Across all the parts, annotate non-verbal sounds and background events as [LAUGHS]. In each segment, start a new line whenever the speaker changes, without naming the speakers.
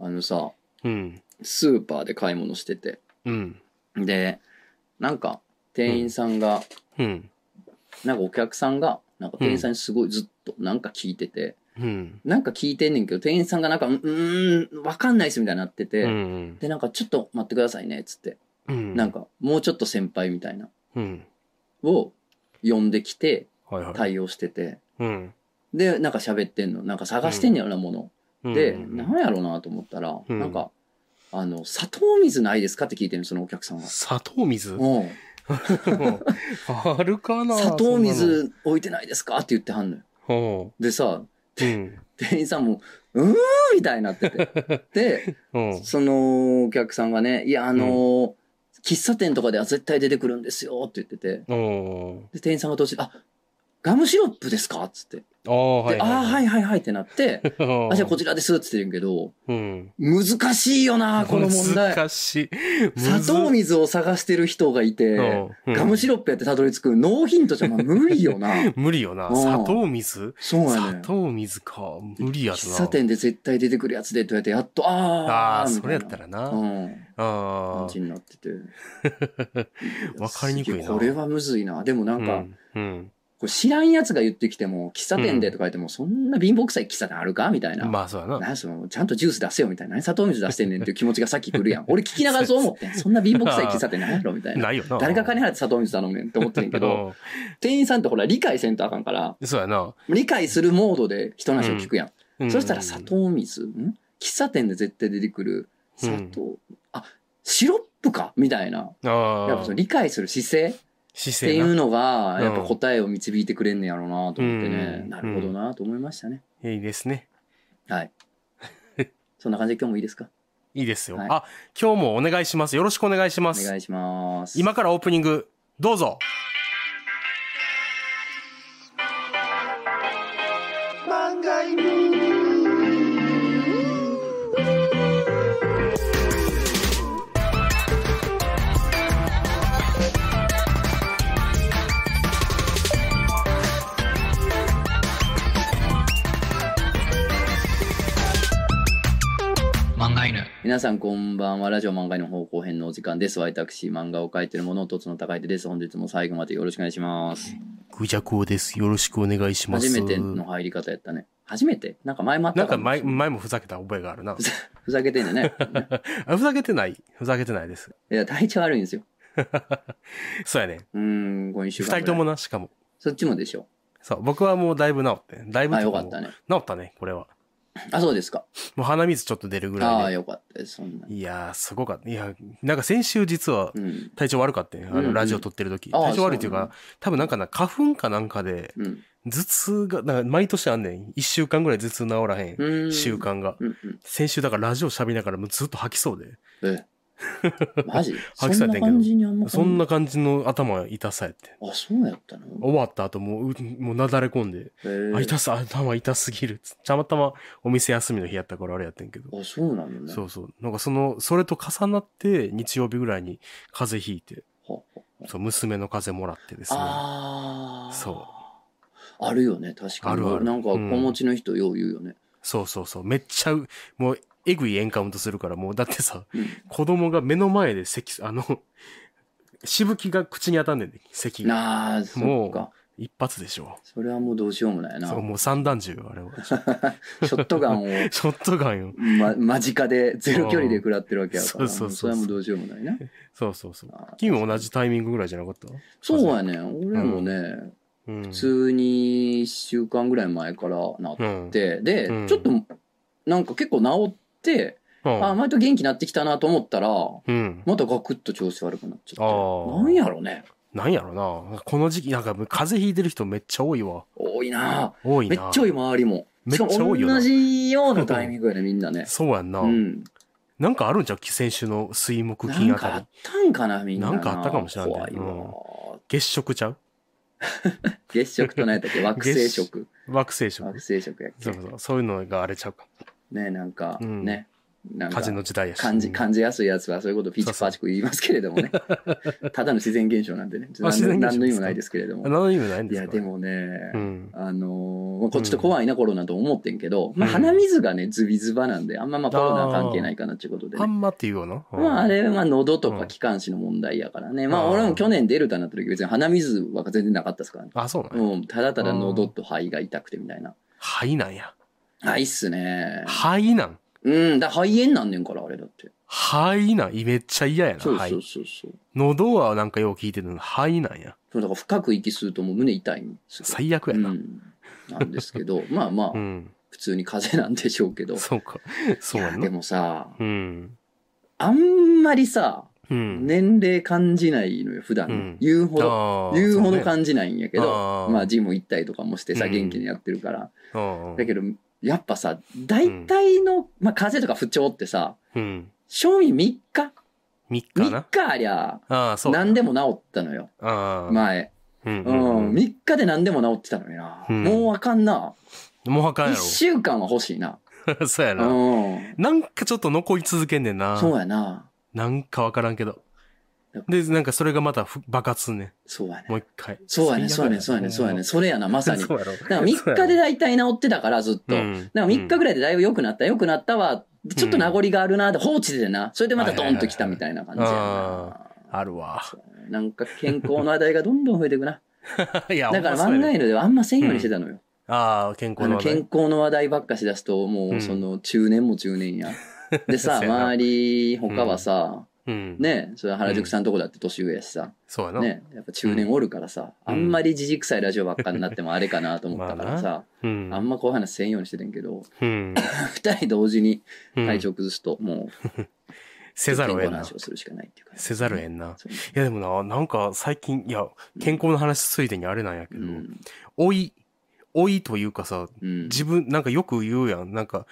のさ、
うん。
スーパーで買い物してて。
うん。
で、なんか、店員さんが、
うん。
なんかお客さんが、なんか店員さんにすごいずっとなんか聞いてて、
うん。
なんか聞いてんねんけど、店員さんがなんか、うーん、わかんないっすみたいになってて、
うん。
で、なんかちょっと待ってくださいね、っつって、
うん。
なんか、もうちょっと先輩みたいな、
うん。
を呼んできて、
はいはい。
対応してて、
うん。
で、なんか喋ってんの、なんか探してんねやろな、もの。で、
うん
なんやろうなと思ったら、
うん
なんか、あの、砂糖水ないですかって聞いてるそのお客さんが。
砂糖水 [LAUGHS]
うん
あるかな
砂糖。水置いてないですかって言ってはんのよ。
そんなのお
でさ、
ううん。
店員さんも、うーんみたいになって
[LAUGHS]
て。で、
うん。
そのお客さんがね、いや、あのー喫茶店とかでは絶対出てくるんですよって言ってて。
うん。
で、店員さんが途中で、あガムシロップですかっつって。で、
ああ、はい。。
ああ、はいいはいはいってなって、あ、じゃあこ
っち。
ちらですって言ってるけど、
うん。
難しいよな、この問題。
[LAUGHS] 難しい。
砂糖水を探してる人がいて、ガムシ
ロ
ロップやってたどり着くノーヒントじゃまあ無理よな。
[LAUGHS] 無理よな。
うん
砂糖水
そうやね
砂
ん。
糖水か。無理やな。
喫茶店で絶対出てくるやつでとやってやっと、あ
あ
ー
あ、
み
それ
たい
や
な
ったらな。あ
うん。感
あ
じになってて。
[LAUGHS] わかりにくいな
やこれはむずいな。でもな
ー。
んか、
うん。
こう知らんやつが言ってきても、喫茶店でとか言っても、そんな貧乏くさい喫茶店あるかみたい
うん
な。
まあ、そうやな。
なんそのちゃんとジュース出せよみたいな。何砂糖水出してんねんっていう気持ちがさっき来るやん。俺聞きながらそう思っ
[LAUGHS]
てん。そんな貧乏くさい喫茶店なんやろみたいな。
ないよな。
誰が金払って砂糖水頼むねんって思ってんけ
[LAUGHS]
ど、
うん
店員さんってほら理解せんとあかんから、
そうやな。
理解するモードで人の話を聞くやん。
うん
そしたら砂。糖水、ん喫茶店で絶対出てくる砂糖、あ、シロップかみたいな。
ああ。
やっぱその理解する姿勢
姿
ってい
勢
う
な。
のが、
うん
やっぱ答えを導いてくれんねやろうなと思ってね、
うん
なるほどなと思いましたね。
いいですね。
はい。そんな感じで今日もいいですか
いいですよ。
はい
あ、今日もお願いします。よろしくお願いしま
お
す
願。いします。
今からオープニング、どうぞ。
漫画犬
皆さんこんばんは。ラジオ漫画の方向編のお時間です。私、漫画を描いているものをとつの高い手です。本日も最後までよろしくお願いします。
クジャクオです。よろしくお願いします。
初めての入り方やったね。初めてなんか前もあっ
な
た
んか
も
前、前もふざけた覚えがあるな。
ふざけてんじゃない。
あふざけてない。ふざけてないです。
いや、体調悪いんですよ。
そうやね。
うーん、今週
二
間ぐらい。
人ともな、しかも。
そっちもでしょ。
そう、僕はもうだいぶ治って。だいぶ
あ、
て
よ
も
か
う
ったね。
治ったね、これは。
あ、そうですか。
もう鼻水ちょっと出るぐ
あ
ら
あ、
い
よかったです。そんな
で。。いやー、すごかった。いや、なんか先週実は
うん。
体調悪かったね。あ
うんう
の、
ん
ラジオ撮ってる時。
ああ
体調悪いっていう
そうな
か
の、
多分なんかな、花粉かなんかで、
うん。
頭痛が、なんか毎年あんねん。一週間ぐらい頭痛治らへん
う。ーん。
習。慣が。
うんうん。
先週だからラジオ喋りながらもうずっと吐きそうで。 [LAUGHS]
ええ。マジそ
きさ
んな
れてんけど
感じにあんま
そんな。感じの頭痛さやって。
あ、そうやったの
終わった後もう、うもうなだれ込んで、
えー
あ、痛す、頭痛すぎるっつ。たまたまお店休みの日やったからあれやってんけど。
あ、そうなのね。
そうそう。なんかその、それと重なって日曜日ぐらいに風邪ひいて、
はは
そう、娘の風邪もらってですね。
ああ。。
そう
あるよね、確かに。
あるある
なんか、子
うん
持ちの人、よう言うよね。
そうそうそう。めっちゃう、もう、えぐいエンカウントするから、もう、だってさ、
うん
子供が目の前で咳す、あの、しぶきが口に当たんねんで、咳が。
なあ、そ
も
っ
う
か。
一発でしょ。
それはもうどうしようもないな。
そう、もう三段銃よ、
[LAUGHS]
あれは。
ショットガンを、
ショットガンよ。
ま、間近で、ゼロ距離で食らってるわけやから。
うんそうそうそうそう
れはもうどうしようもないな。
そうそうそう。
あー
君も同じタイミングぐらいじゃなかった
そうやね。俺もね、
うん。
普通に1週間ぐらい前からなっ
うん。
て、で、
うん
ちょっと、なんか結構治って、
うん、
あ、、前と元気になってきたなと思ったら、
うん。
またガクッと調子悪くなっちゃ
あ
っ
ー
て。なんやろね。
なんやろな。この時期、なんか、風邪ひいてる人めっちゃ多いわ。
多いな
多い
めっ
な。
ちゃ多い周りも。
めっちゃ多いよな
しかも同じようなタイミングやね、みんなね。
そうやんな。
うん。
なんかあるんじゃう先週の水木
な
金
ん
あ
か
た
あ
り
っ。たんかな、みんな。
なんかあったかもしれんね
怖いわ。
月食ちゃう
月食と何やったっけ惑星食。
惑星食。
惑星食やっ
そ
け
うそう、そういうのがあれちゃうか。
ね、なんか、
うん
ね。なんか
火事の時代やし。
感じ感じやすいやつはそういうことピチパチク言いますけれども
[LAUGHS]
ねただの自然現象なんでね
あ自然現
何
象ですか
の意味もないですけれど
あ
も
何の意味ないん
い
です
や
か
で。もね、
うん。
あのーまあこっちと怖いな、コロナと思ってんけど、まあ、
うん
鼻水がねズビズバなんであんままあコロナは関係ないかなっていうことで
あ
ね
んまっていうような。
まああれは喉と
う
か
ん
気管支の問題やからね、ま
あ
あ
ー
俺も去年デルタになった時別に鼻水は全然なかったですからね、
あ、そうなんや。
うん、ただただ喉と肺が痛くてみたいな
肺なんや。
ないっすね
肺なん。
うんだ肺炎なんねんからあれだって
肺なん。めっちゃ嫌やな。
そう
肺
そうそうそう、
喉はなんかよう聞いてるのに肺なんや。
そうだから深く息吸うともう胸痛いんですよ
最悪や
う
な。
ん、なんですけどまあまあ、
うん。
普通に風邪なんでしょうけど
そうか。そう
い
や
やで
な。
もさ
うん。
あんまりさ
うん。
年齢感じないのよ普段、
うん
言うほど
ど
言うほど感じないんやけど、
あー
まあジム行ったりとかもしてさ
うん
元気にやってるから、
うん。
だけどやっぱさ大体の、まあ風邪とか不調ってさ
うん。
賞味3日
3日
3
な。
日ありゃ
ああ、そう。
何でも治ったのよ
ああ。
前、
う
う
ん。うんんうん
3日で何でも治ってたのにな、
うん
もうあかんな
もうあか
1
んや
週間は欲しいな
ろ。 [LAUGHS] そうや
う
な。
ん
なんかちょっと残り続けんねんな。
そうやな
なんかわからんけど。で、なんかそれがまたふ爆発すんねん。
そうやね
もう一回。
そうやねそうやねそうやねそうやねそれやなまさにだか
そうやろ。だ
ら3日で大体治ってたからずっと、
うん
だから3日ぐらいでだいぶ良くなった、良くなったわ。でちょっと名残があるな、で放置でな。それでまたドンと来たみたいな感じや
はいはいはいはい
な。
あるわ。 [LAUGHS]
なんか健康の話題がどんどん増えていくな。
いや、
だから
ほ
漫
んまそう
画
やね
犬ではあんませんようにしてたのよ。
ああ、健康
あ
の
の
話題
健康の話題ばっかし出すと、も
う
うんその中年も中年や。
[LAUGHS]
でさ、
そうやな
周り、他はさ、
うん。。
ね、それは原宿さんとこだって年上やしさ、
そうやな。
ね、やっぱ中年おるからさ、
うん
あんまりじじくさいラジオばっかになってもあれかなと思ったから
[LAUGHS]
さ、
うん。
あんまこういう話せんようにしててんけど、
うん。
二人同時に
うん
体調崩すと、もう
せざるを
健康
得ん
の
な
話。をするしかないっていうか、
せざるを得んな。
そうね
いや、でもな、なんか最近、いや、健康の話ついでにあれなんやけ
う
ど、
ん
老い、老いというかさ、
うん
自分、なんかよく言うやん。なんか、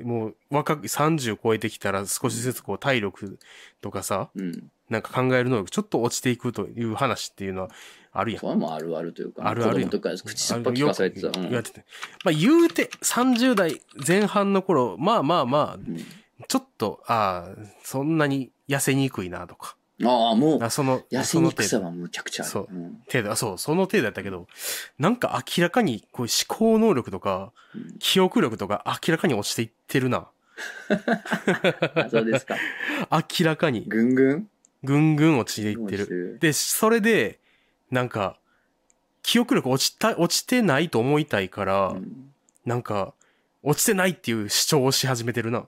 もう若く、30超えてきたら少しずつこう体力とかさ、
うん
なんか考える能力ちょっと落ちていくという話っていうのはあるやん
そ。れはもうあるあるというか、
あるある
子供とから口酸っぱく聞かされてた。
あ
う
のよ
ん
くやっててまあ言うて、30代前半の頃、まあまあま
うん
あ、ちょっと、ああ、そんなに痩せにくいなとか。
ああ、もう
あ、その、
痩せ
その
に
程
く
度
さはむちゃくちゃある。
そう
うん
程度、あそう、その程度やったけど、なんか明らかに、こう思考能力とか、
うん
記憶力とか明らかに落ちていってるな。
あ [LAUGHS] そうです
[LAUGHS]
か。
明らかに、
ぐんぐん
ぐんぐん落ちてい
も
っ
う
て
して
る。
る。
で、それで、なんか、記憶力落ちた、落ちてないと思いたいから、
うん
なんか、落ちてないっていう主張をし始めてるな。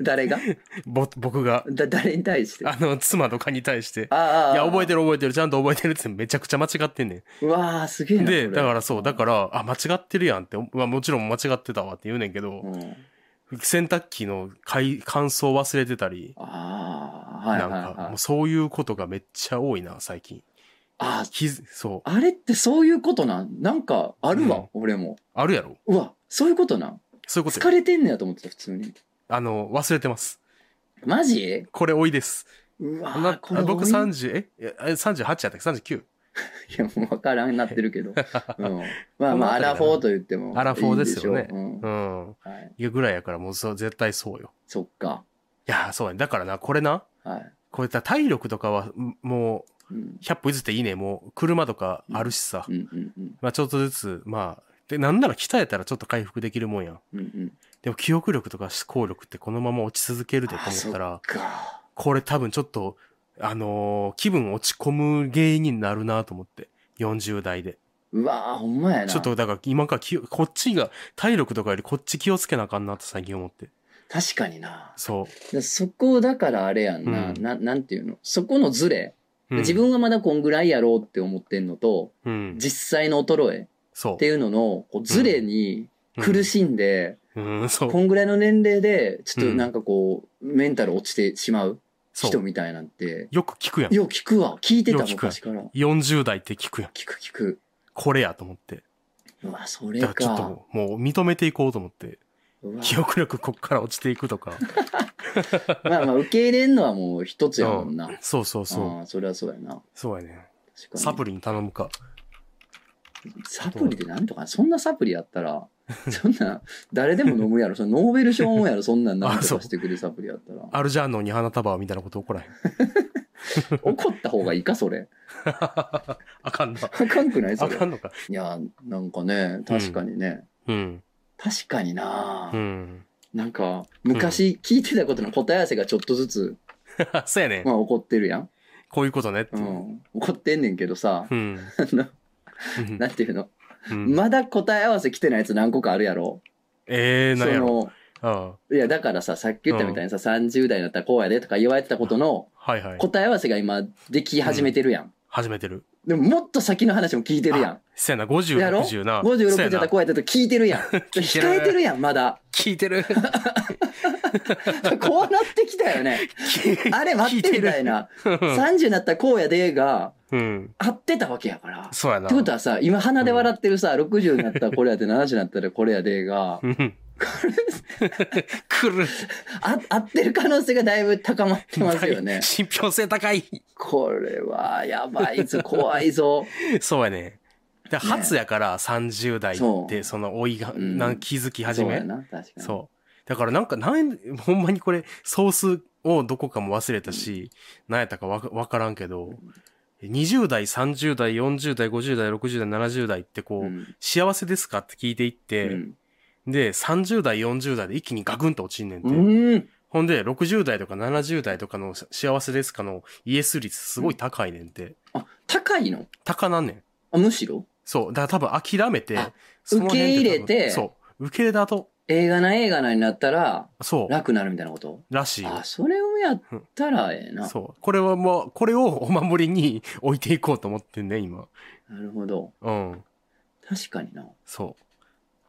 誰が
ぼ、僕が。
だ誰に対して。
あの、妻とかに対して。
ああああ
いや、覚えて
る。
る覚えてる、ちゃんと覚えてるってめちゃくちゃ間違ってんね
うわあ、すげえ
ん。
な。
で、
それ
だからそう、だから、あ、間違ってるやんって、まあもちろん間違ってたわって言うねんけど、
うん
洗濯機の乾乾燥忘れてたり、
ああ、はい
な
は
ん
い
か、
は
も。
いう
そういうことがめっちゃ多いな、最近。
ああ、
気づ、そう。
あれってそういうことなんなんかあるわ、俺も。
あるやろ
うわ、そういうことなん
そういうこと
疲
よ
れてんねやと思ってた、普通に。
あの、忘れてます。
マジ
これ多いです。
うわ
あな
ーこれ多い
僕30、えいやあ ?38 やったっけ ?39?
[LAUGHS] いや、もう分からんなってる
[LAUGHS]
けど。うん、まあまあ、
この辺りだな
アラフォーと言っても。
アラフォーですよね
いいでしょううん
うん。
はい。
いや、ぐらいやから、もうそう絶対そうよ。
そっか。
いや、そうやね。だからな、これな、
はい。
こういった体力とかは、んも
うん
う、。100歩譲っていいね。もう、車とかあるしさ。
うんうんうん
まあ、ちょっとずつ、まあ、で、なんなら鍛えたらちょっと回復できるもんやん。
うんうん。
でも、記憶力とか思考力ってこのまま落ち続けるでと
あ
思ったら、
そっか。
これ多分ちょっと、あのー気分落ち込む原因になるなと思って。40代で。
うわーほんまやな。
ちょっとだから今から気をこっちが体力とかよりこっち気をつけなあかんなって最近思って。
確かにな。
そ
でそこだからあれやんな。
うん
ななんていうのそこのズレ、
う。うん
自分はまだこんぐらいやろうって思ってんのと、
うん。
実際の衰え
そう。
っていうののこうズレに苦しんで、
うん、うんそう。
こんぐらいの年齢で、ちょっとなんかこう、メンタル落ちてしまう
そう
人みたいなんて、
よく聞くやん。
よう聞くわ。聞いてた
よう聞く
昔から。
40代って聞くやん。
聞く聞く。
これやと思って。
うわ、それ
だから
か。
ちょっともうもう認めていこうと思って。
うわ
記憶力こっから落ちていくとか。
まあまあ、受け入れんのはもう一つやもんな。
そうそうそう。
ああ、それはそうやな。
そうやね。
確かに
サプリに頼むか。
サプリでなんとか、そんなサプリやったら、 [LAUGHS] そんな、誰でも飲むやろ。そのノーベル賞もやろ。そんなんなんとかしてくれるサプリやったら。
アルジャーノンに花束みたいなこと起こらへん。
怒った方がいいか、それ。
あかんな。
あかんく [LAUGHS] ないそ
あ
れ
か。んのか。
いや、なんかね、確かにね。
うん。
確かにな、
うん。 [LAUGHS]
なんか、昔聞いてたことの答え合わせがちょっとずつ、
そうやね
ま。あ怒ってるやん。
こういうことねって
う
いう。
ん。怒ってんねんけどさ、 [LAUGHS]
うん。
のなんていうの、
うん
まだ答え合わせ来てないやつ何個かあるやろ。
ええ、
そ
なんやろ。
の、
あ
いや、だからさ、さっき言ったみたいにさ、30代になったらこうやでとか言われてたことの
あはいはい。
答え合わせが今でき始めてるやん。
始めてる。
でももっと先の話も聞いてるやん。
そうやな、50、
やろ
60な。
56
そう
じゃ
や
った
な
らこうやってと [LAUGHS] 聞いてるやん。
いてる
控えてるやん、まだ。
聞い
[LAUGHS]
てる。
こうなってきたよね。あれ待ってみたいな。30になったらこうやでが
うん。
合ってたわけやから。っ
そうやな。
てことはさ、今鼻で笑ってるさ、60になったらこれやで、70になったらこれやでが、
うん。 [LAUGHS] くる。。
あ合ってる可能性がだいぶ高まってますよね
[LAUGHS] 信憑性高い。
これはやばいぞ、怖いぞ。
[LAUGHS] そうやね。で、初やから30代
そ
っ
う
て、その、老いが、
うん
なん気づき始
そう
め
や。な、確かに。
そう。だからなんか、なん、ほんまにこれ、ソースをどこかも忘れたし、何やったかわかわからんけど、20代、30代、40代、50代、60代、70代ってこう、
うん
幸せですかって聞いていって、
うん
で、30代、40代で一気にガクンと落ちんねんて。
うん。
ほんで、60代とか70代とかの幸せですかのイエス率すごい高いねんて。
あ、高いの
高なんねん。
あむしろ
そう。だから多分諦めて
あ、
その辺って多
受
分
け入れて
そう。受け入れた後、
映画な映画なになったら
そう。
楽になるみたいなこと
らしいよ。
あ、それをやったらええな。
そう。これはもう、これをお守りに置いていこうと思ってんね、今。
なるほど。
うん。
確かにな。
そう。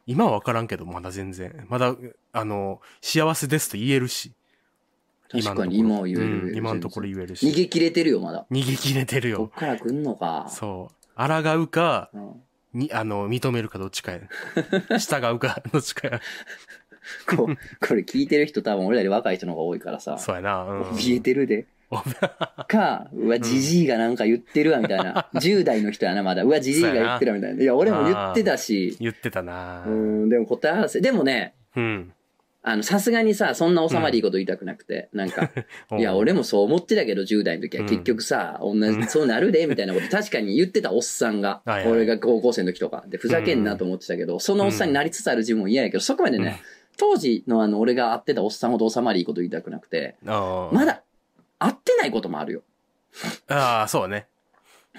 今はわからんけど、まだ全然。まだ、あの、幸せですと言えるし。
確かに今は
今のところ
言える。
うん今のところ言えるし。
逃げ切れてるよ、まだ。
逃げ切れてる
こ
よ
っ。から来んのか。
そう。抗うか、
うん。こ
に、あの、認めるかどっち
[LAUGHS]
かや。従うか、どっちかや。
う、 [LAUGHS] これ聞いてる人多分俺らより若い人の方が多いからさ。
そうやな。うん、
怯えてるで
お。
か、うわ、じじいがなんか言ってるわ、みたいな。10代の人やな、まだ。うわ、じじいが言ってるわ、みたいな。いや、俺も言ってたし。
言ってたな。
う
うん。
ん、でも答え合わせ。でもね、あの、さすがにさ、そんな収まりいいこと言いたくなくて、なん [LAUGHS] か、いや、俺もそう思ってたけど、10代の時は
うん
結局さ、同じ、そうなるで、みたいなこと確かに言ってたおっさん [LAUGHS] が、
はいはい
俺が高校生の時とか、で、ふざけんなと思ってたけど、そのおっさんになりつつある自分も嫌やけど、そこまでね、当時のあの、俺が会ってたおっさんほど収まりいいこと言いたくなくて、
あー
ま。だ、会ってないこともあるよ。
ああ、そうね。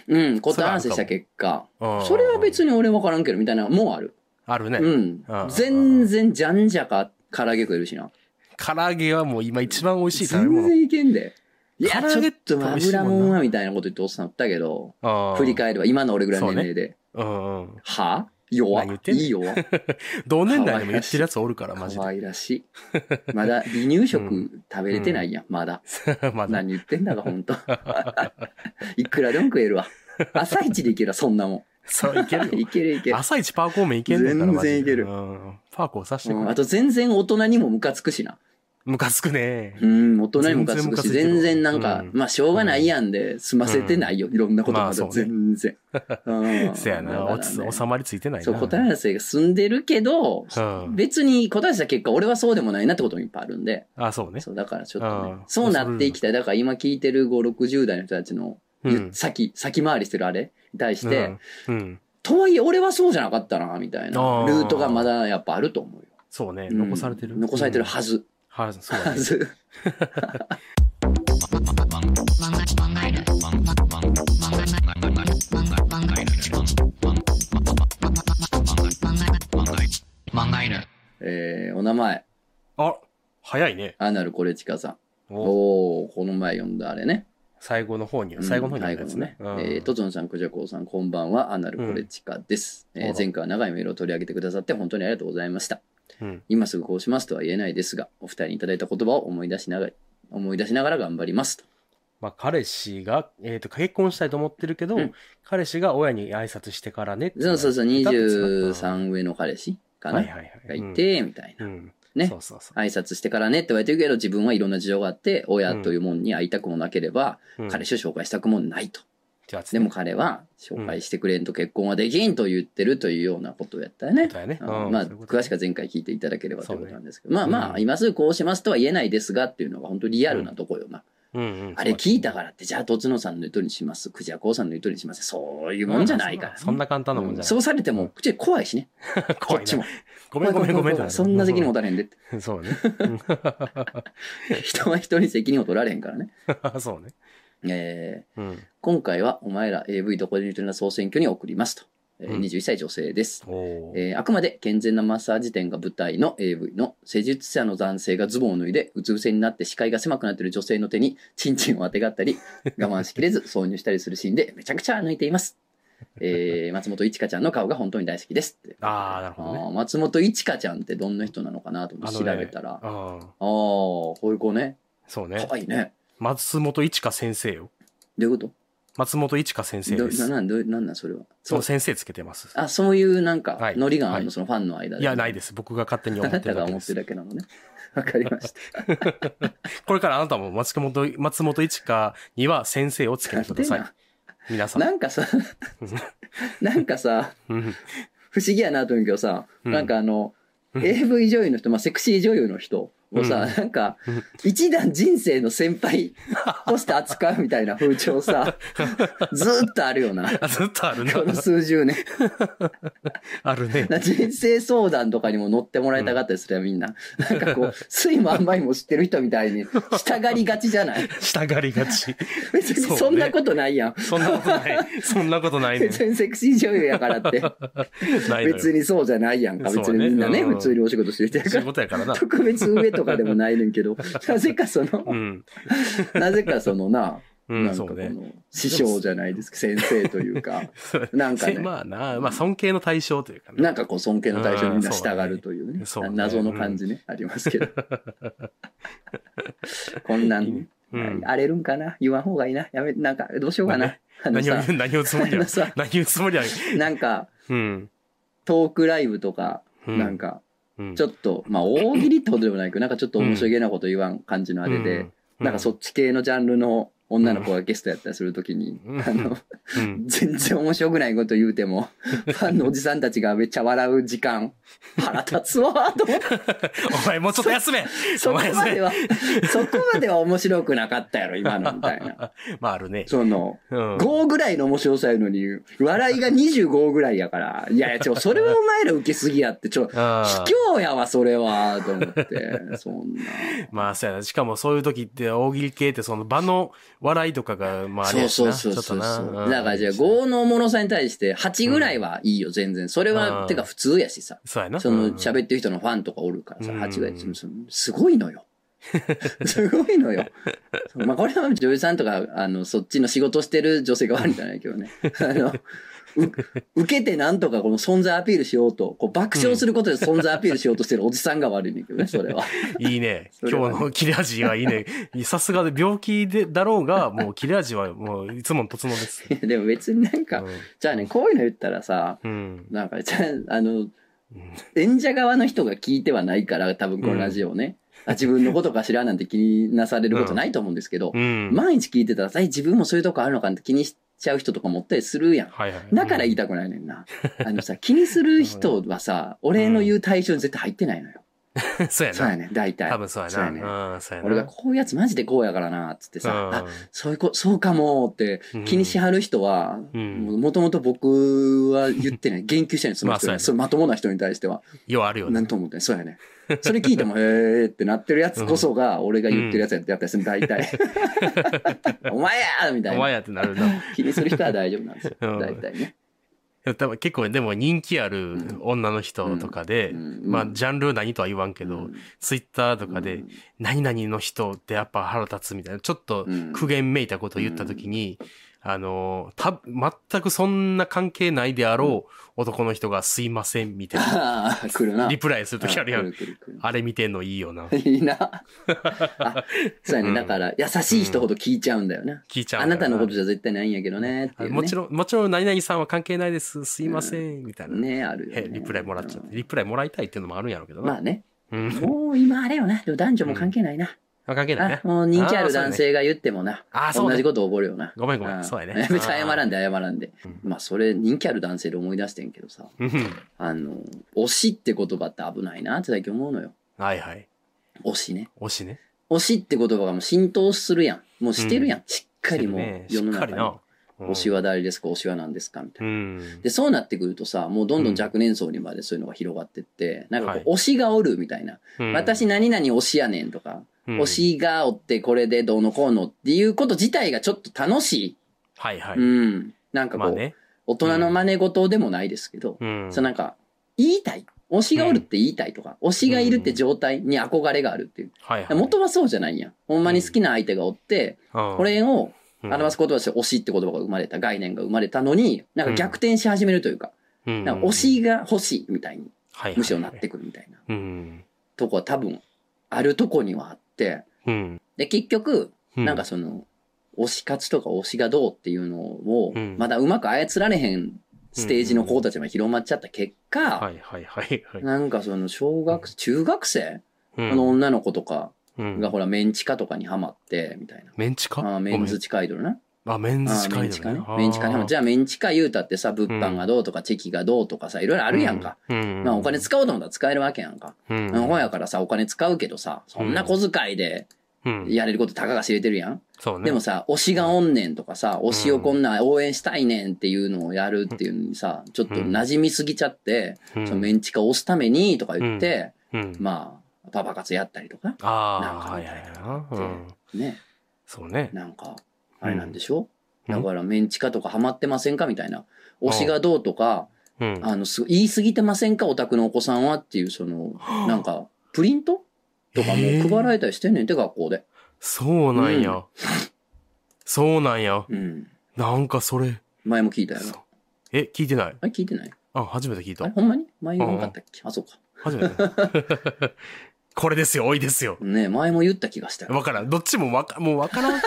うん、答え合わせした結果、それは別
に。
に俺分からんけど、みたいなのもある。
あるね。
うん
ああ。
全然、じゃんじゃか、唐揚げ食えるしな。
唐揚げはもう今一番美味しい食べ
全
物。
然いけんで。いや、
唐
ち
揚
ょ
げ
っと油もんはみたいなこと言っておっさんおったけど、
あー
振り返れば今の俺ぐらいの年齢で。
うんうん。
は弱
何言ってん
い
の
いよ。
同年代でも言ってるやつおるから、マジ
可
で。
愛ら
[LAUGHS]
しい。まだ離乳
う
食食べれてないやん、まだ。
[LAUGHS] まだ。
何言ってんだか、ほ
[LAUGHS]
んと。いくらでも食えるわ。朝一でいけるわ、そんなも
そう、いけ
ん。[LAUGHS]
る
い
よ。
けるいける。
朝一パーコーメンいけんねんから、
全然
マジで
いける
うんパーコーさし
う
てく
んあ
れ。
と全然大人にもムカつくしな。
ムカつくね。
うん、大人にもムカつくし、
全然ムカついてる
全然なんか、
うん
まあしょうがないやんで済ませてないよ。いろんなことま
まあ
だ
そうね
全然。うん
[LAUGHS] せや
だ
な。
から
お
ね
つ収まりついてないな。
そう、答え合わせが進んでるけど、
うん
別に答えした結果、俺はそうでもないなってこともいっぱいあるんで、
あ、そうね。
そう、だからちょっとね
あ、あ
そうなっていきたい。だから今聞いてる5、60代の人たちの、
う
ゆ
ん。
先、先回りしてるあれに対して、
うん、うん。
とはいえ俺はそうじゃなかったな、みたいな、
ああ
ルートがまだやっぱあると思うよ。
そうね。
うん
残されてる。
残されてるはず。
はず。そうだ
は [LAUGHS]
ね
ず。えー、お名前、
あ、早いね。
アナルコレチカさん。
お
おおこの前読んだあれね。
最後の方に、最後の方にあるやつね。
最後のえーとつのさん、くじゃこうさん、こんばんは、アナルコレチカです。
ん
え
あ
ー
ら
前回は長いメールを取り上げてくださって、本当にありがとうございました。
うん
今すぐこうしますとは言えないですが、お二人にいただいた言葉を思い出しながら、思い出しながら頑張りますと。
まあ、彼氏が、えっと、結婚したいと思ってるけど
うん、
彼氏が親に挨拶してからねって言
そ
わ
う
れて
そうそう、
たっていう
23上の彼氏かな、
はいはいは
が
い。
いて、みたいな。
うん、うん。
ね
そうそうそ
挨拶してからねって言われてるけど、自分はいろんな事情があって、親というもんに会いたくもなければ、
う。うん
彼氏を紹介したくもないと。
ってやつ
でも彼は、紹介してくれんと結婚はできんと言ってるというようなことやったよね
だ。よね。
うんまあ、詳しく
く。
は前回聞いていただければということなんですけど、
そ
まあ
うね
ま
う
あ、
ん
今すぐこうしますとは言えないですがっていうのが本当リアルなとこよな。
うんうん。
あれ聞い
た
たからって、じゃあ、とつのさんの言うとりにします、くじゃこうさんの言うとりにします、そういうもんじゃないからね。
そんな簡単なもんじゃない。
そうされても、口怖いしね。こ
怖い
っち
な
も。
ごめんごめんごめんって。
そんな責任持
だ。
たれへんでって。
[LAUGHS]
[LAUGHS]
そうね。
人は人に責任を取られへんからね。
そうね。
えー
うん。
今回はお前ら AV どこで見てるな総選挙に送りますと。えー
うん
21歳女性です。
おー
えーあくまで健全なマッサージ店が舞台の AV の施術者の男性がズボンを脱いでうつ伏せになって視界が狭くなっている女性の手にチンチンをあてがった
[LAUGHS]
り我慢しきれず挿入したりするシーンでめちゃくちゃ抜いています、えー松本一華ちゃんの顔が本当に大好きですって
ああ、なるほど
あ
ね。
ー松本一華ちゃんってどんな人なのかなと思って調べたらあ、あ
ああ、
ーこういう子ね
そうね
可。愛いね
松本一華先生よ。
どういうこ
松本一華先生
とど
で
な
す。
なんどうなんなんそれはそ
そう、
う
先生つけてます。
あそういうなんか
はい
ノリがある
は
の
い
そのファンの間で
いや、ないです。僕が勝手に
あ
思
な
って
た
る
が
だけで
思って
す
[LAUGHS] る。だけなのねわかりま
[LAUGHS]
した
これからあなたも松本、松本一華には先生をつけてください。皆さん。
なんか
[LAUGHS]
さ、なんかさ、
うん [LAUGHS]
不思議やなと思うけどさ、
うん
なんかあの、
うん
AV 女優の人、まあ、セクシー女優の人をさ、
うん
なんか
うん、
一段人生の先
[LAUGHS]
輩として扱うみたいな風潮さ、ずーっとあるよな。こ
あずっとあるな。
の数十年。
あるね。
な人生相談とかにも乗ってもらいたかったりするやんみんな。なんかこう、
[LAUGHS]
酸いも甘いも知ってる人みたいに、従りがちじゃ
[LAUGHS]
ない
従りがち。
別
そう
に
ね
そんなことないやん。
そんなこと
[LAUGHS]
ない。そんなことないね。
別にセクシー女優やからって。
ないのよ。
別にそうじゃないやんか。
そう
別
ね
にみんなね、
うん
普通にお仕事してる人やか
仕
ら。
事やからな。
特別上とかでもないねんけ
[LAUGHS]
ど、なぜかその、
うん。
なぜかそのな、
う
なん
ん、
か
そ
こ
うね。
の、師匠じゃないですか、先生というか、なんかね
せ [LAUGHS] まあな、まあ尊敬の対象というかね。
なんかこう尊敬の対象にみんな従うという
う
ね
ん、そうね
謎の感じね、あります
[LAUGHS]
けど。こんなん、
うん
荒れるんかな言わん方がいいな。やめ、なんか、どうしようかな。あの
何を
さ、
何をつも
あ
りや
の。さ、
何を言うつもりや。
なんか、
うん。
トークライブとか、
うん
なんか、
うん
ちょっと、まあ、大喜利ってことでもないけど、なんかちょっと面白げなこと言わん感じのあれで、、なんかそ
っ
っち系のジャンルの女の子がゲストやったりするときに、
うん
あの、
ち。うん
全然面白くないこと言うて
[LAUGHS]
も、ファンのおじさんたちがめっちゃ笑う時間、腹立つわーと思って、
お前もうちょっと休め
そ
お
こ
前
ま
休
で
め
は、そこまでは面白くなかったやろ、今のみたいな。
まああるね。
その、
うん。
5ぐらいの面白さやのに、笑いが25ぐらいやから、いやいや、ちょ、それはお前ら受けすぎやって、
[LAUGHS]
ちょ、
あー
卑怯やわ、それは、と思
[LAUGHS]
って、そんな。
まあそうやな。しかもそういう時って大喜利系ってその場の笑いとかが、まああれ
そう
やし
そう
な。
そうそうそう
ちょっとな。うん
だからじゃあ、5のものさに対して8ぐらいはいいよ、全然。それ
う
は、
ん
てか普通やしさ。
そうやな。
その喋ってる人のファンとかおるからさ、
うん
8ぐらいその。そのすごいの
[LAUGHS]
よ。すごいのよ。まあこれは女優さんとか、あの、そっちの仕事してる女性が悪いんじゃないけど
[LAUGHS]
ね。あの、う受けてなんとかこの存在アピールしようと、こう爆笑することで存在アピールしようとしてるおじさんが悪いんだけどね、それは。 [LAUGHS]
いいね。
それは
今日の切れ味はいいね。さすがで病気でだろうが、もう切れ味はもういつものとつのです。
でも別になんか、じゃあね、こういうの言ったらさ、
うん。
なんか、じゃあ、あの
うん、
演者側の人が聞いてはないから、多分このラジオね、あ自分のことかしらなんて気になされることないと思うんですけど
う、ん。
毎日聞いてたら、え自分もそういうとこあるのかなって気にしちゃう人とかもったりするやん。
はいはい。
だから言いたくないねん
[LAUGHS]
な。あのさ、気にする人はさ、俺の言う対象に絶対入ってないのよ。
うんそうや
そう
な。
やねん、大体
多。分そうや
そうやね
な。うん、そうやな。
俺がこういうやつマジでこうやからな、つってさ、あ
うん、
そういうこ、そうかもって気にしはる人は、
うん
もともと僕は言って
[LAUGHS]
ない、言及してない、その人に
まあそうやね
それまともな人に対しては。
ようあるよ
な
ね
ん。とも思ってないそうやね。それ聞いても、
[LAUGHS]
えーってなってるやつこそが、俺が言ってるやつやったりする、大
[LAUGHS]
体。お前やみた
お
いな。
前やってな
[LAUGHS]
るな。
気にする人は大丈夫なんですよ。
うん
大体ね。
でも多分結構でも人気ある女の人とかで、
うん
まあジャンル何とは言わんけど、
うん
ツイッターとかで、何々の人ってやっぱ腹立つみたいな、ちょっと
うん
苦言めいたことを言ったときに、あの、た、全くそんな関係ないであろう男の人がすいませんみたいな、
ああ、 [LAUGHS] 来るな。
リプライするときあるや
うん
ん。
来る来る
あれ見てんのいい
[LAUGHS]
よな。
来るいいな。あそうや
う
ね。
ん
だから、優しい人ほど聞いちゃうんだよな。
聞いちゃう
あ
んだ
な
よ
たのことじゃ絶対ないんやけどね、っていうね。
もちろん、もちろん何々さんは関係ないです。すいません。みたいな。
ね、あるよ
へ
ね。
リプライもらっちゃっ
う
て。
ん
リプライもらいたいっていうのもあるんやろうけどな。
まあね。
うん。
もう今あれよな。でも男女も関係ないな。
あ関係ない
あ [LAUGHS]
ね、。
もう人気あ
あー
る
そうだね
男性が言ってもな。
あー、そう
同
ね
じ。こと起こるよな。
ごめんごめ。
うん。
そうやね
[LAUGHS] めっちゃ謝らんで謝らんで
うん。
まあそれ人気ある男性で思い出してんけどさ、
うん。
あの、推しって言葉って危ないなって最近思うのよ。
はいはい。
推しね。
推しね。
推しって言葉がもう浸透するやん。もうしてるやん。しっかりも
ね
う
し
世
っ
の
か
中
り
に。
な。うん
推し。は誰ですか推しは何ですかみた
う
いな。
ん。
で、そうなってくるとさ、もうどんどん若年層にまでそういうのが広がってって、なんかこう、推しがおるみたいな。
うん
私、何々推しやねんとか、
うん
推しがおってこれでどうのこうのっていうこと自体がちょっと楽しい。
はいはい。
うん。なんか
ま
こ
あ
う、
ね。
大人の真似事でもないですけど、
うん。
そうなんか、言いたい。推しがおるって言いたいとか、推しがいるって状態に憧れがあるっていう。
はいはい。
元はそうじゃないやん。ほんまに好きな相手がおって、
こ
これを
うん、
表す言葉として推しって言葉が生まれた、概念が生まれたのに、なんか逆転し始めるというか、
うん、
なんか推しが欲しいみたいに、
はいはいはい
むしろなってくるみたいな
うん。
とこは多分、あるとこにはあって、
うん。
で、結局、
う
なんか、その、推し勝ちとか推しがどうっていうのを
う、ん
まだうまく操られへんステージの子たちまで広まっちゃった結
は
果、
いはいはいはい。
なんかその小学、中学生
う
あ
ん
の、女の子とか
うん
がほらメンチカとかにハマって、みたいな。
メンチカ
ああメンズ。地下アイドルな。
ごめんあ、メン
あ
ズ
あメン
近い
チカね。メンチカにハマってじゃあメンチカ言うたってさ、物販がどうとか、チェキがどうとかさ、いろいろあ
あ
るやんか。。
うん。
まあお金使おうと思ったら使えるわけやんか。
う。
うんん、ほやからさ、お金使うけどさ、そんな小遣いで
うん。
やれることたかが知れてるやん。
そうね。
でもさ、推しがおんねんとかさ、推しをこんな応援したいねんっていうのをやるっていうのにさ、ちょっと馴染みすぎちゃって、
うん、
そのメンチカ押すためにとか言って、
うん。
まあ、パパ活やったりとか、なん
ああ、
か
は
み
い
た
はい
いな
はい。うん。
ね、
そうね。
なんか、あれなんでしょ、
うん
だからメンチカとかハマってませんかみたいな。推しがどうとか、
うん。
あの、す言い過ぎてませんかお宅のお子さんはっていう、その、なんか、プリントとかも
えー
配られたりしてんねんって、学校で。
そうなん
う
や。そうなんや。
うん。
なんかそれ。
前も聞いたよな。
え、聞いてない
あれ聞いてない
あ、初めて聞い
あれ
た。
ほんまに前言わなかったっけあ、そうか。
初めて。 [LAUGHS] これですよ、おいですよ。
ね前も言った気がしたよ。
わからん。どっちもわか、もう
[LAUGHS]
わからん。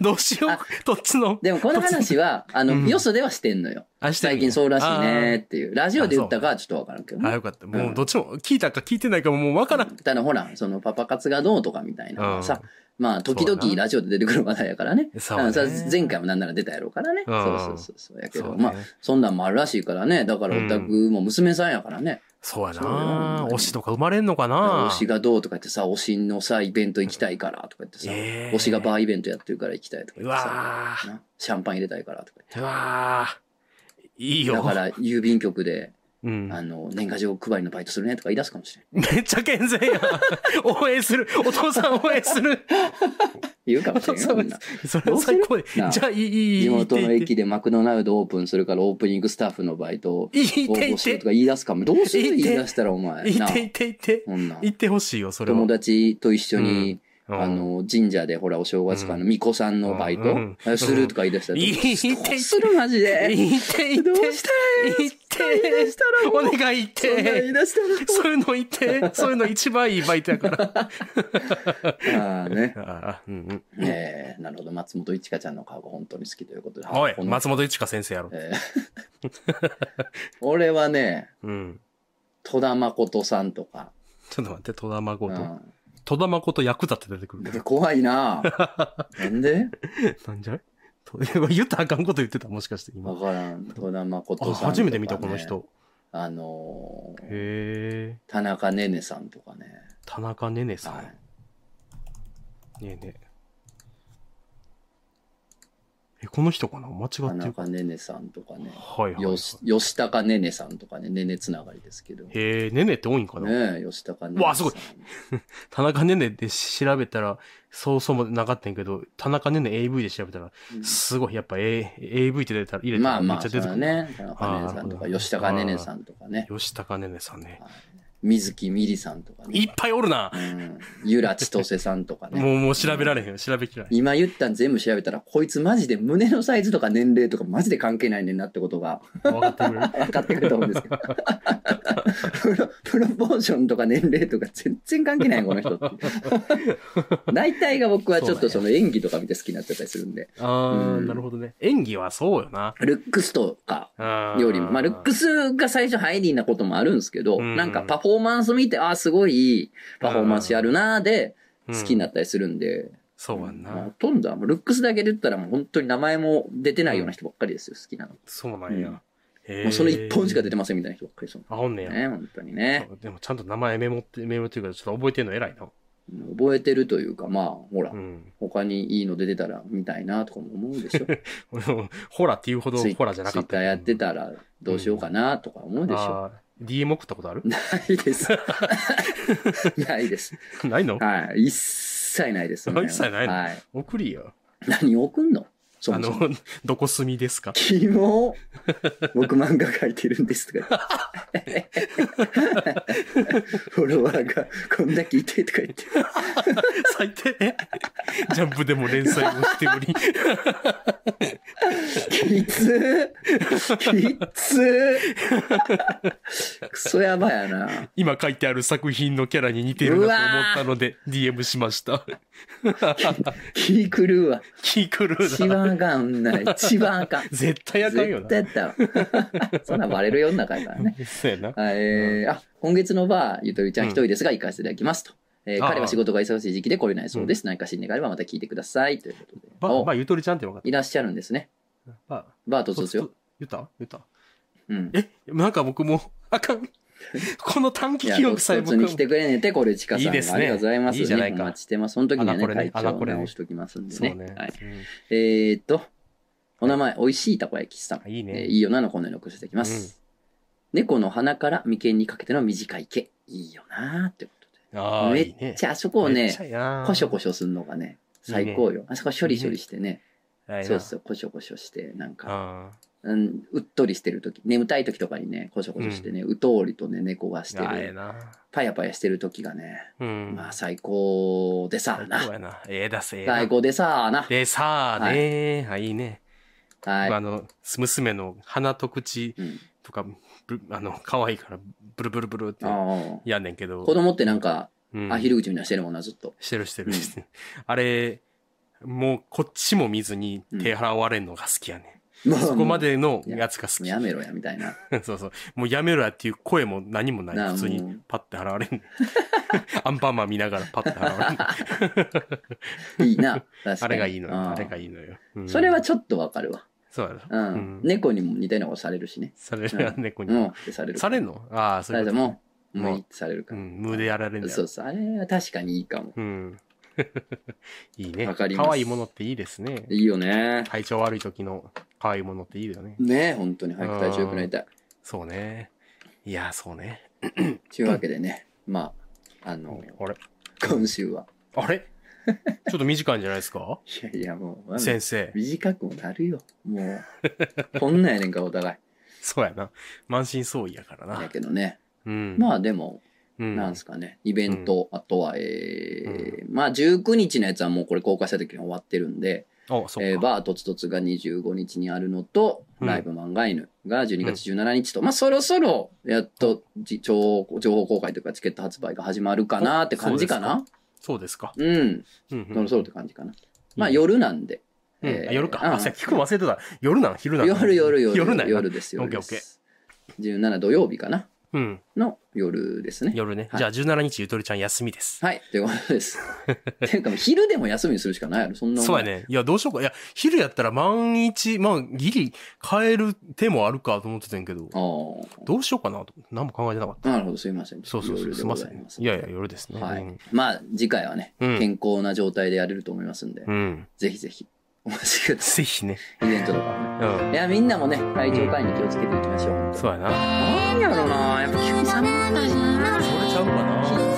どうしよ
あ
う。どっちの。
でもこの話は、あ
うん
の、よそではしてんのよ。
あしてる
最近そうらしいねっていう。ラジオで言ったかはちょっとわからんけど
あーあー、
ね。
よかった。もうどっちも、聞いたか聞いてないかももうわからん。
ただほら、そのパパ活がどうとかみたいなのはさ、まあ、時
そうだ
々
な
ラジオで出てくる話題やからね。
そう
あ
ね
のさ前回もなんなら出たやろうからね。
うん
そうそうそうそう。やけ
そ
ど、
うね
まあ、そんなんもあるらしいからね。だからオタクも娘さんやからね。
そうや
そうよ
な。推しとか生まれんのかな
推。しがどうとか言ってさ、推しのさ、イベント行きたいからとか言ってさ、
えー
推しがバーイベントやってるから行きたいとか
う
言ってさ、
わー
なシャンパン入れたいからとか言って。
うわーいいよ。
だから郵便局で、
うん
あの、年賀状配りのバイトするねとか言い出すかもしれん。
めっちゃ健全やん。応援する。お父さん応援する。
言うか
お
もしれ
父
ん
さ
よみん
ん応援
な。
す [LAUGHS] る。それは最高で。じ
なあ
ゃあ、いい、いい、いい。
地元の
いいって
駅でマクドナルドオープンするからオープニングスタッフのバイトを
いいっ
応
て
募
言っ
しよう
て
とか。言い出すかも。どうする
言っ
言い
て
出したらお前。
言
な
っ
あ
て、言って、言って。
こんなん
言ってほしいよ、それは。
友達と一緒に、
うん
あの、神社でほら、お正月かの巫女さんのバイト、
うん
あするとか言い出したら、
うん
どうす
いい
る
って
どうするマジで。
言って、言って。
どうしたらいい
言って。
言い出したら
お
もう
願い言っ
そんなん言い。
て
出したらもう
そういうの言って。そういうの一番いいバイトやから。
ああね。
ああ、うんうん。
えー、なるほど。松本一華ちゃんの顔が本当に好きということで。
おい、
この
松本一華先生やろ。
えー [LAUGHS] 俺はね、
うん。
戸田誠さんとか。
ちょっと待って、戸田
う
誠。
ん
戸田誠ヤクザって出てくるけど。
怖いななんで
なんじゃいと言ったらあかんこと言ってた、もしかして今。
わからん。戸田誠
あ、
さんとか、ね。
初めて見た、この。人。
あのー
へえ。
田中ねねさんとかね。
田中ねねさん。
は
ねえねえ。え、この人かな間違
い。田
ってる。
中ねねさんとかね。
はいはいは
よ
い。
し、吉高ねねさんとかね。ねねつながりですけど。ね
へえ、ねねって多いんかな
え、吉高ねねさん。
わあすごい田中ねねで調べたら、そうそうもなかったんやけど、田中ねね AV で調べたら、すごい、やっぱ、A、AV って出たら入れた
まあ
らめっ
まあ、
ちゃ
そ
出
う
てく
だ
る。
ね。田中ねねさんと
あ
か、
ー
吉高ねねさんとかね。
吉高ねねさんね。
水木みりさんとか
いっ
ね。
ぱいおるな
うん。ゆらちとせさんとかね。
もう、もう調べられへんよ。調べきられへん。
今言ったん全部調べたら、こいつマジで胸のサイズとか年齢とかマジで関係ないねんなってことが
分かってくれる
[LAUGHS] 分かってくると思うんですけど [LAUGHS] プロプロポーションとか年齢とか全然関係ないこの人って
[LAUGHS]
大体が僕はちょっとその演技とか見て好きになっちゃったりするんで
ああ、
うん
なるほどね。演技はそうよな。
ルックスとかよ
よ
りもまあルックスが最初ハイディーなこともあるんですけど
うん
なんかパフォーマンス見てああすごいいいパフォーマンスやるなーで好きになったりするんで、
そうやん
まあほ
な。
とんどはもうルックスだけで言ったらもう本当に名前も出てないような人ばっかりですよ、好きなの。
そうなんや。
うん
え
もうその一本しか出て
ない。
ませんみたいな人ばっかりですよ。
あ、おんねや。
ね、本当にね。
そうでもちゃんと名前メモって、メモっていうか、ちょっと覚えてんの偉いな。
覚えてるというか、まあ、ほら、
うん。 [LAUGHS]
他にいいの出てたら見たいなとかも思うでしょ。
ホラーっていうほど
ツイ
ホラーじゃなかったけ
ツイッタ
ど。
ーやってたらどうしようかなとか思うでしょ。
あー DM 送ったこと
[LAUGHS]
ある
ないです。ないです。
ないの
はい。一切ないです。
一切ないの
はい。
送りよ。
何送んのそ
あ
もそ
の
も。、
どこ住みですか
キモ僕漫画描いてるんですとか [LAUGHS]
[LAUGHS]
言って。フォロワーがこんだけいてとか言って。
最低 [LAUGHS] ね。ジャンプでも連載をしており。
きつーきつークソやばやな。
今書いてある作品のキャラに似てるなと思ったので、DM しました。 [LAUGHS]
気狂うわ。
気狂
一
うな。
番あかんな。一番あかん。
絶対あかんよ
絶
な。
対やったわ。そんなんバレる世の中やからね。
そうやな。
はい、えーあ、今月のバー、ゆとりちゃん一人ですが、行かせていただきますと。えー
ああ
彼は仕事が忙しい時期で来れないそうです。何か心願があればまた聞いてください。ということで。
ば、
お
ば、ゆとりちゃんって分かっ
いらっしゃるんですね。
た。ば、
バー突ですよ。
言った言った
うん。
え、なんか僕もう、あかん。この短
い
期
や、
記憶さえ
突
僕
に来てくれねて、これ、ちかさん。
いいですね
ありがとうございます。
いいじゃないか
ねお待ちしてます。その時には
あ
ね、
らこれね
体
あら
調
これね
直しときますんで
そう
ね。
ね。
はい、えーっと、お名前、美味しいたこ焼きさん。
うんい
え
い
ー
ね。
いいよなのコーナーに送していただきます。猫の鼻から眉間にかけての短い毛。いいよなーってことで。
ああ、いい
めっ
ね。
ちゃ、あそこをね、
こ
コショコショすんのがね、最高よ。あそこ処理処理してね。
ョ
そうそう、コショコショして、なんか、
あ
うん、うっとりしてる時眠たい時とかにね、コショコショしてね、うとうりとね、猫がし
あ、
て
ああええ
る、
な。
パヤパヤしてる時がね、
うん。
まあ最高でさあ
最高
な。
やな。ええだせ。ええな
最高でさあな。
でさあね、あいいね。
はい
僕あ。の、娘の鼻と口
うん
とか、ぶあの、可愛いから、ブルブルブルって
あ
やんねんけ
あ
ど。
子供ってなんか、
うん
アヒル口みたいなしてるもんな、ずっと。
してるして
う
る
ん
してる。あれ、もうこっちも見ずに手払われんのが好きやね、。
もうん
そこまでのやつが好
もう
き。
やめろや、みたいな。
[LAUGHS] そうそう。もうやめろやっていう声も何もな。
ないあ
普通
も
に
う
パッて払われん [LAUGHS] ねん。アンパンマン見ながらパッて払われんねん。
[LAUGHS] いいな。確か
あ
に。
れがいいのよ。
うん
あれがいいのよ。うん
それはちょっとわかるわ。
そうやろ。
うん。
うん
猫にも似たようなことされるしね。
それは猫
うん。
に。
ってされる。
されんのああ、そ
さ
うい
れ
う
て
こと。
も、もういいってされるか
う
ら。
ん、無でやられるんだ
そ
よ
う。そう、あれは確かにいいかも。
うん。 [LAUGHS] いいね。
わかります
可愛いものっていいですね。
いいよね。
体調悪い時の可愛いものっていいよね。
ねえ、本当に早く体調良くなりたい。
そうね。いや、そうね。
というわけでね、まあ、あの、
あれ
今週は。
あれ [LAUGHS] ちょっと短いんじゃないですか
いやいや、もう、
先生。
短くもなるよ。もう、こんなんやねんか、お
[LAUGHS]
互い。
そうやな。満身創痍やから
や
な。
けどね。
うん。
まあでも、
うん、
なんすかね、イベント、あとは、えー、まあ19日のやつはもうこれ公開した時に終わってるんで、
お、そ
えー
っか。
バーとつとつが25日にあるのと、
うん
ライブ漫画犬が12月17日と、まあそろそろやっとじ情報情報公開というかチケット発売が始まるかなって感じかな
そうですか。
うん、
うん、うん。
そろそろって感じかな。まあ
いいね、
夜なんで。
うん
えー
あ夜
うん
か。あ、さっき聞くの忘れてた。夜なん昼なん
夜夜夜
[LAUGHS] 夜なんやな
夜です
オ
よ
ッケー
です。17土曜日かな
うん。
の夜ですね。
夜ね。
はい
じゃあ17日ゆとりちゃん休みです。
はい、ということ
[LAUGHS]
です。っていうか、昼でも休みにするしかないやろ、そんなもん
そうや。ね。いや、どうしようか。いや、昼やったら万一、まあ、ギリ変える手もあるかと思ってたんやけど、
ああ。
どうしようかなと。何も考えてなかった。
なるほど、すいません。
そうそうそう、
夜です
い
ご
ま
ざ
せ
い
ん
ま。す
いやいや、夜ですね。
は
う
い
ん。
まあ、次回はね、
うん
健康な状態でやれると思いますんで、
うん。
ぜひぜひ、お待ちくださ
ぜひね。
い。イベントとかもね。
うん
い。や、みんなもね、体調管理気をつけていきましょう。
そうやな。
なんやろな、やっぱ急に寒くなるしな。
それちゃうかな。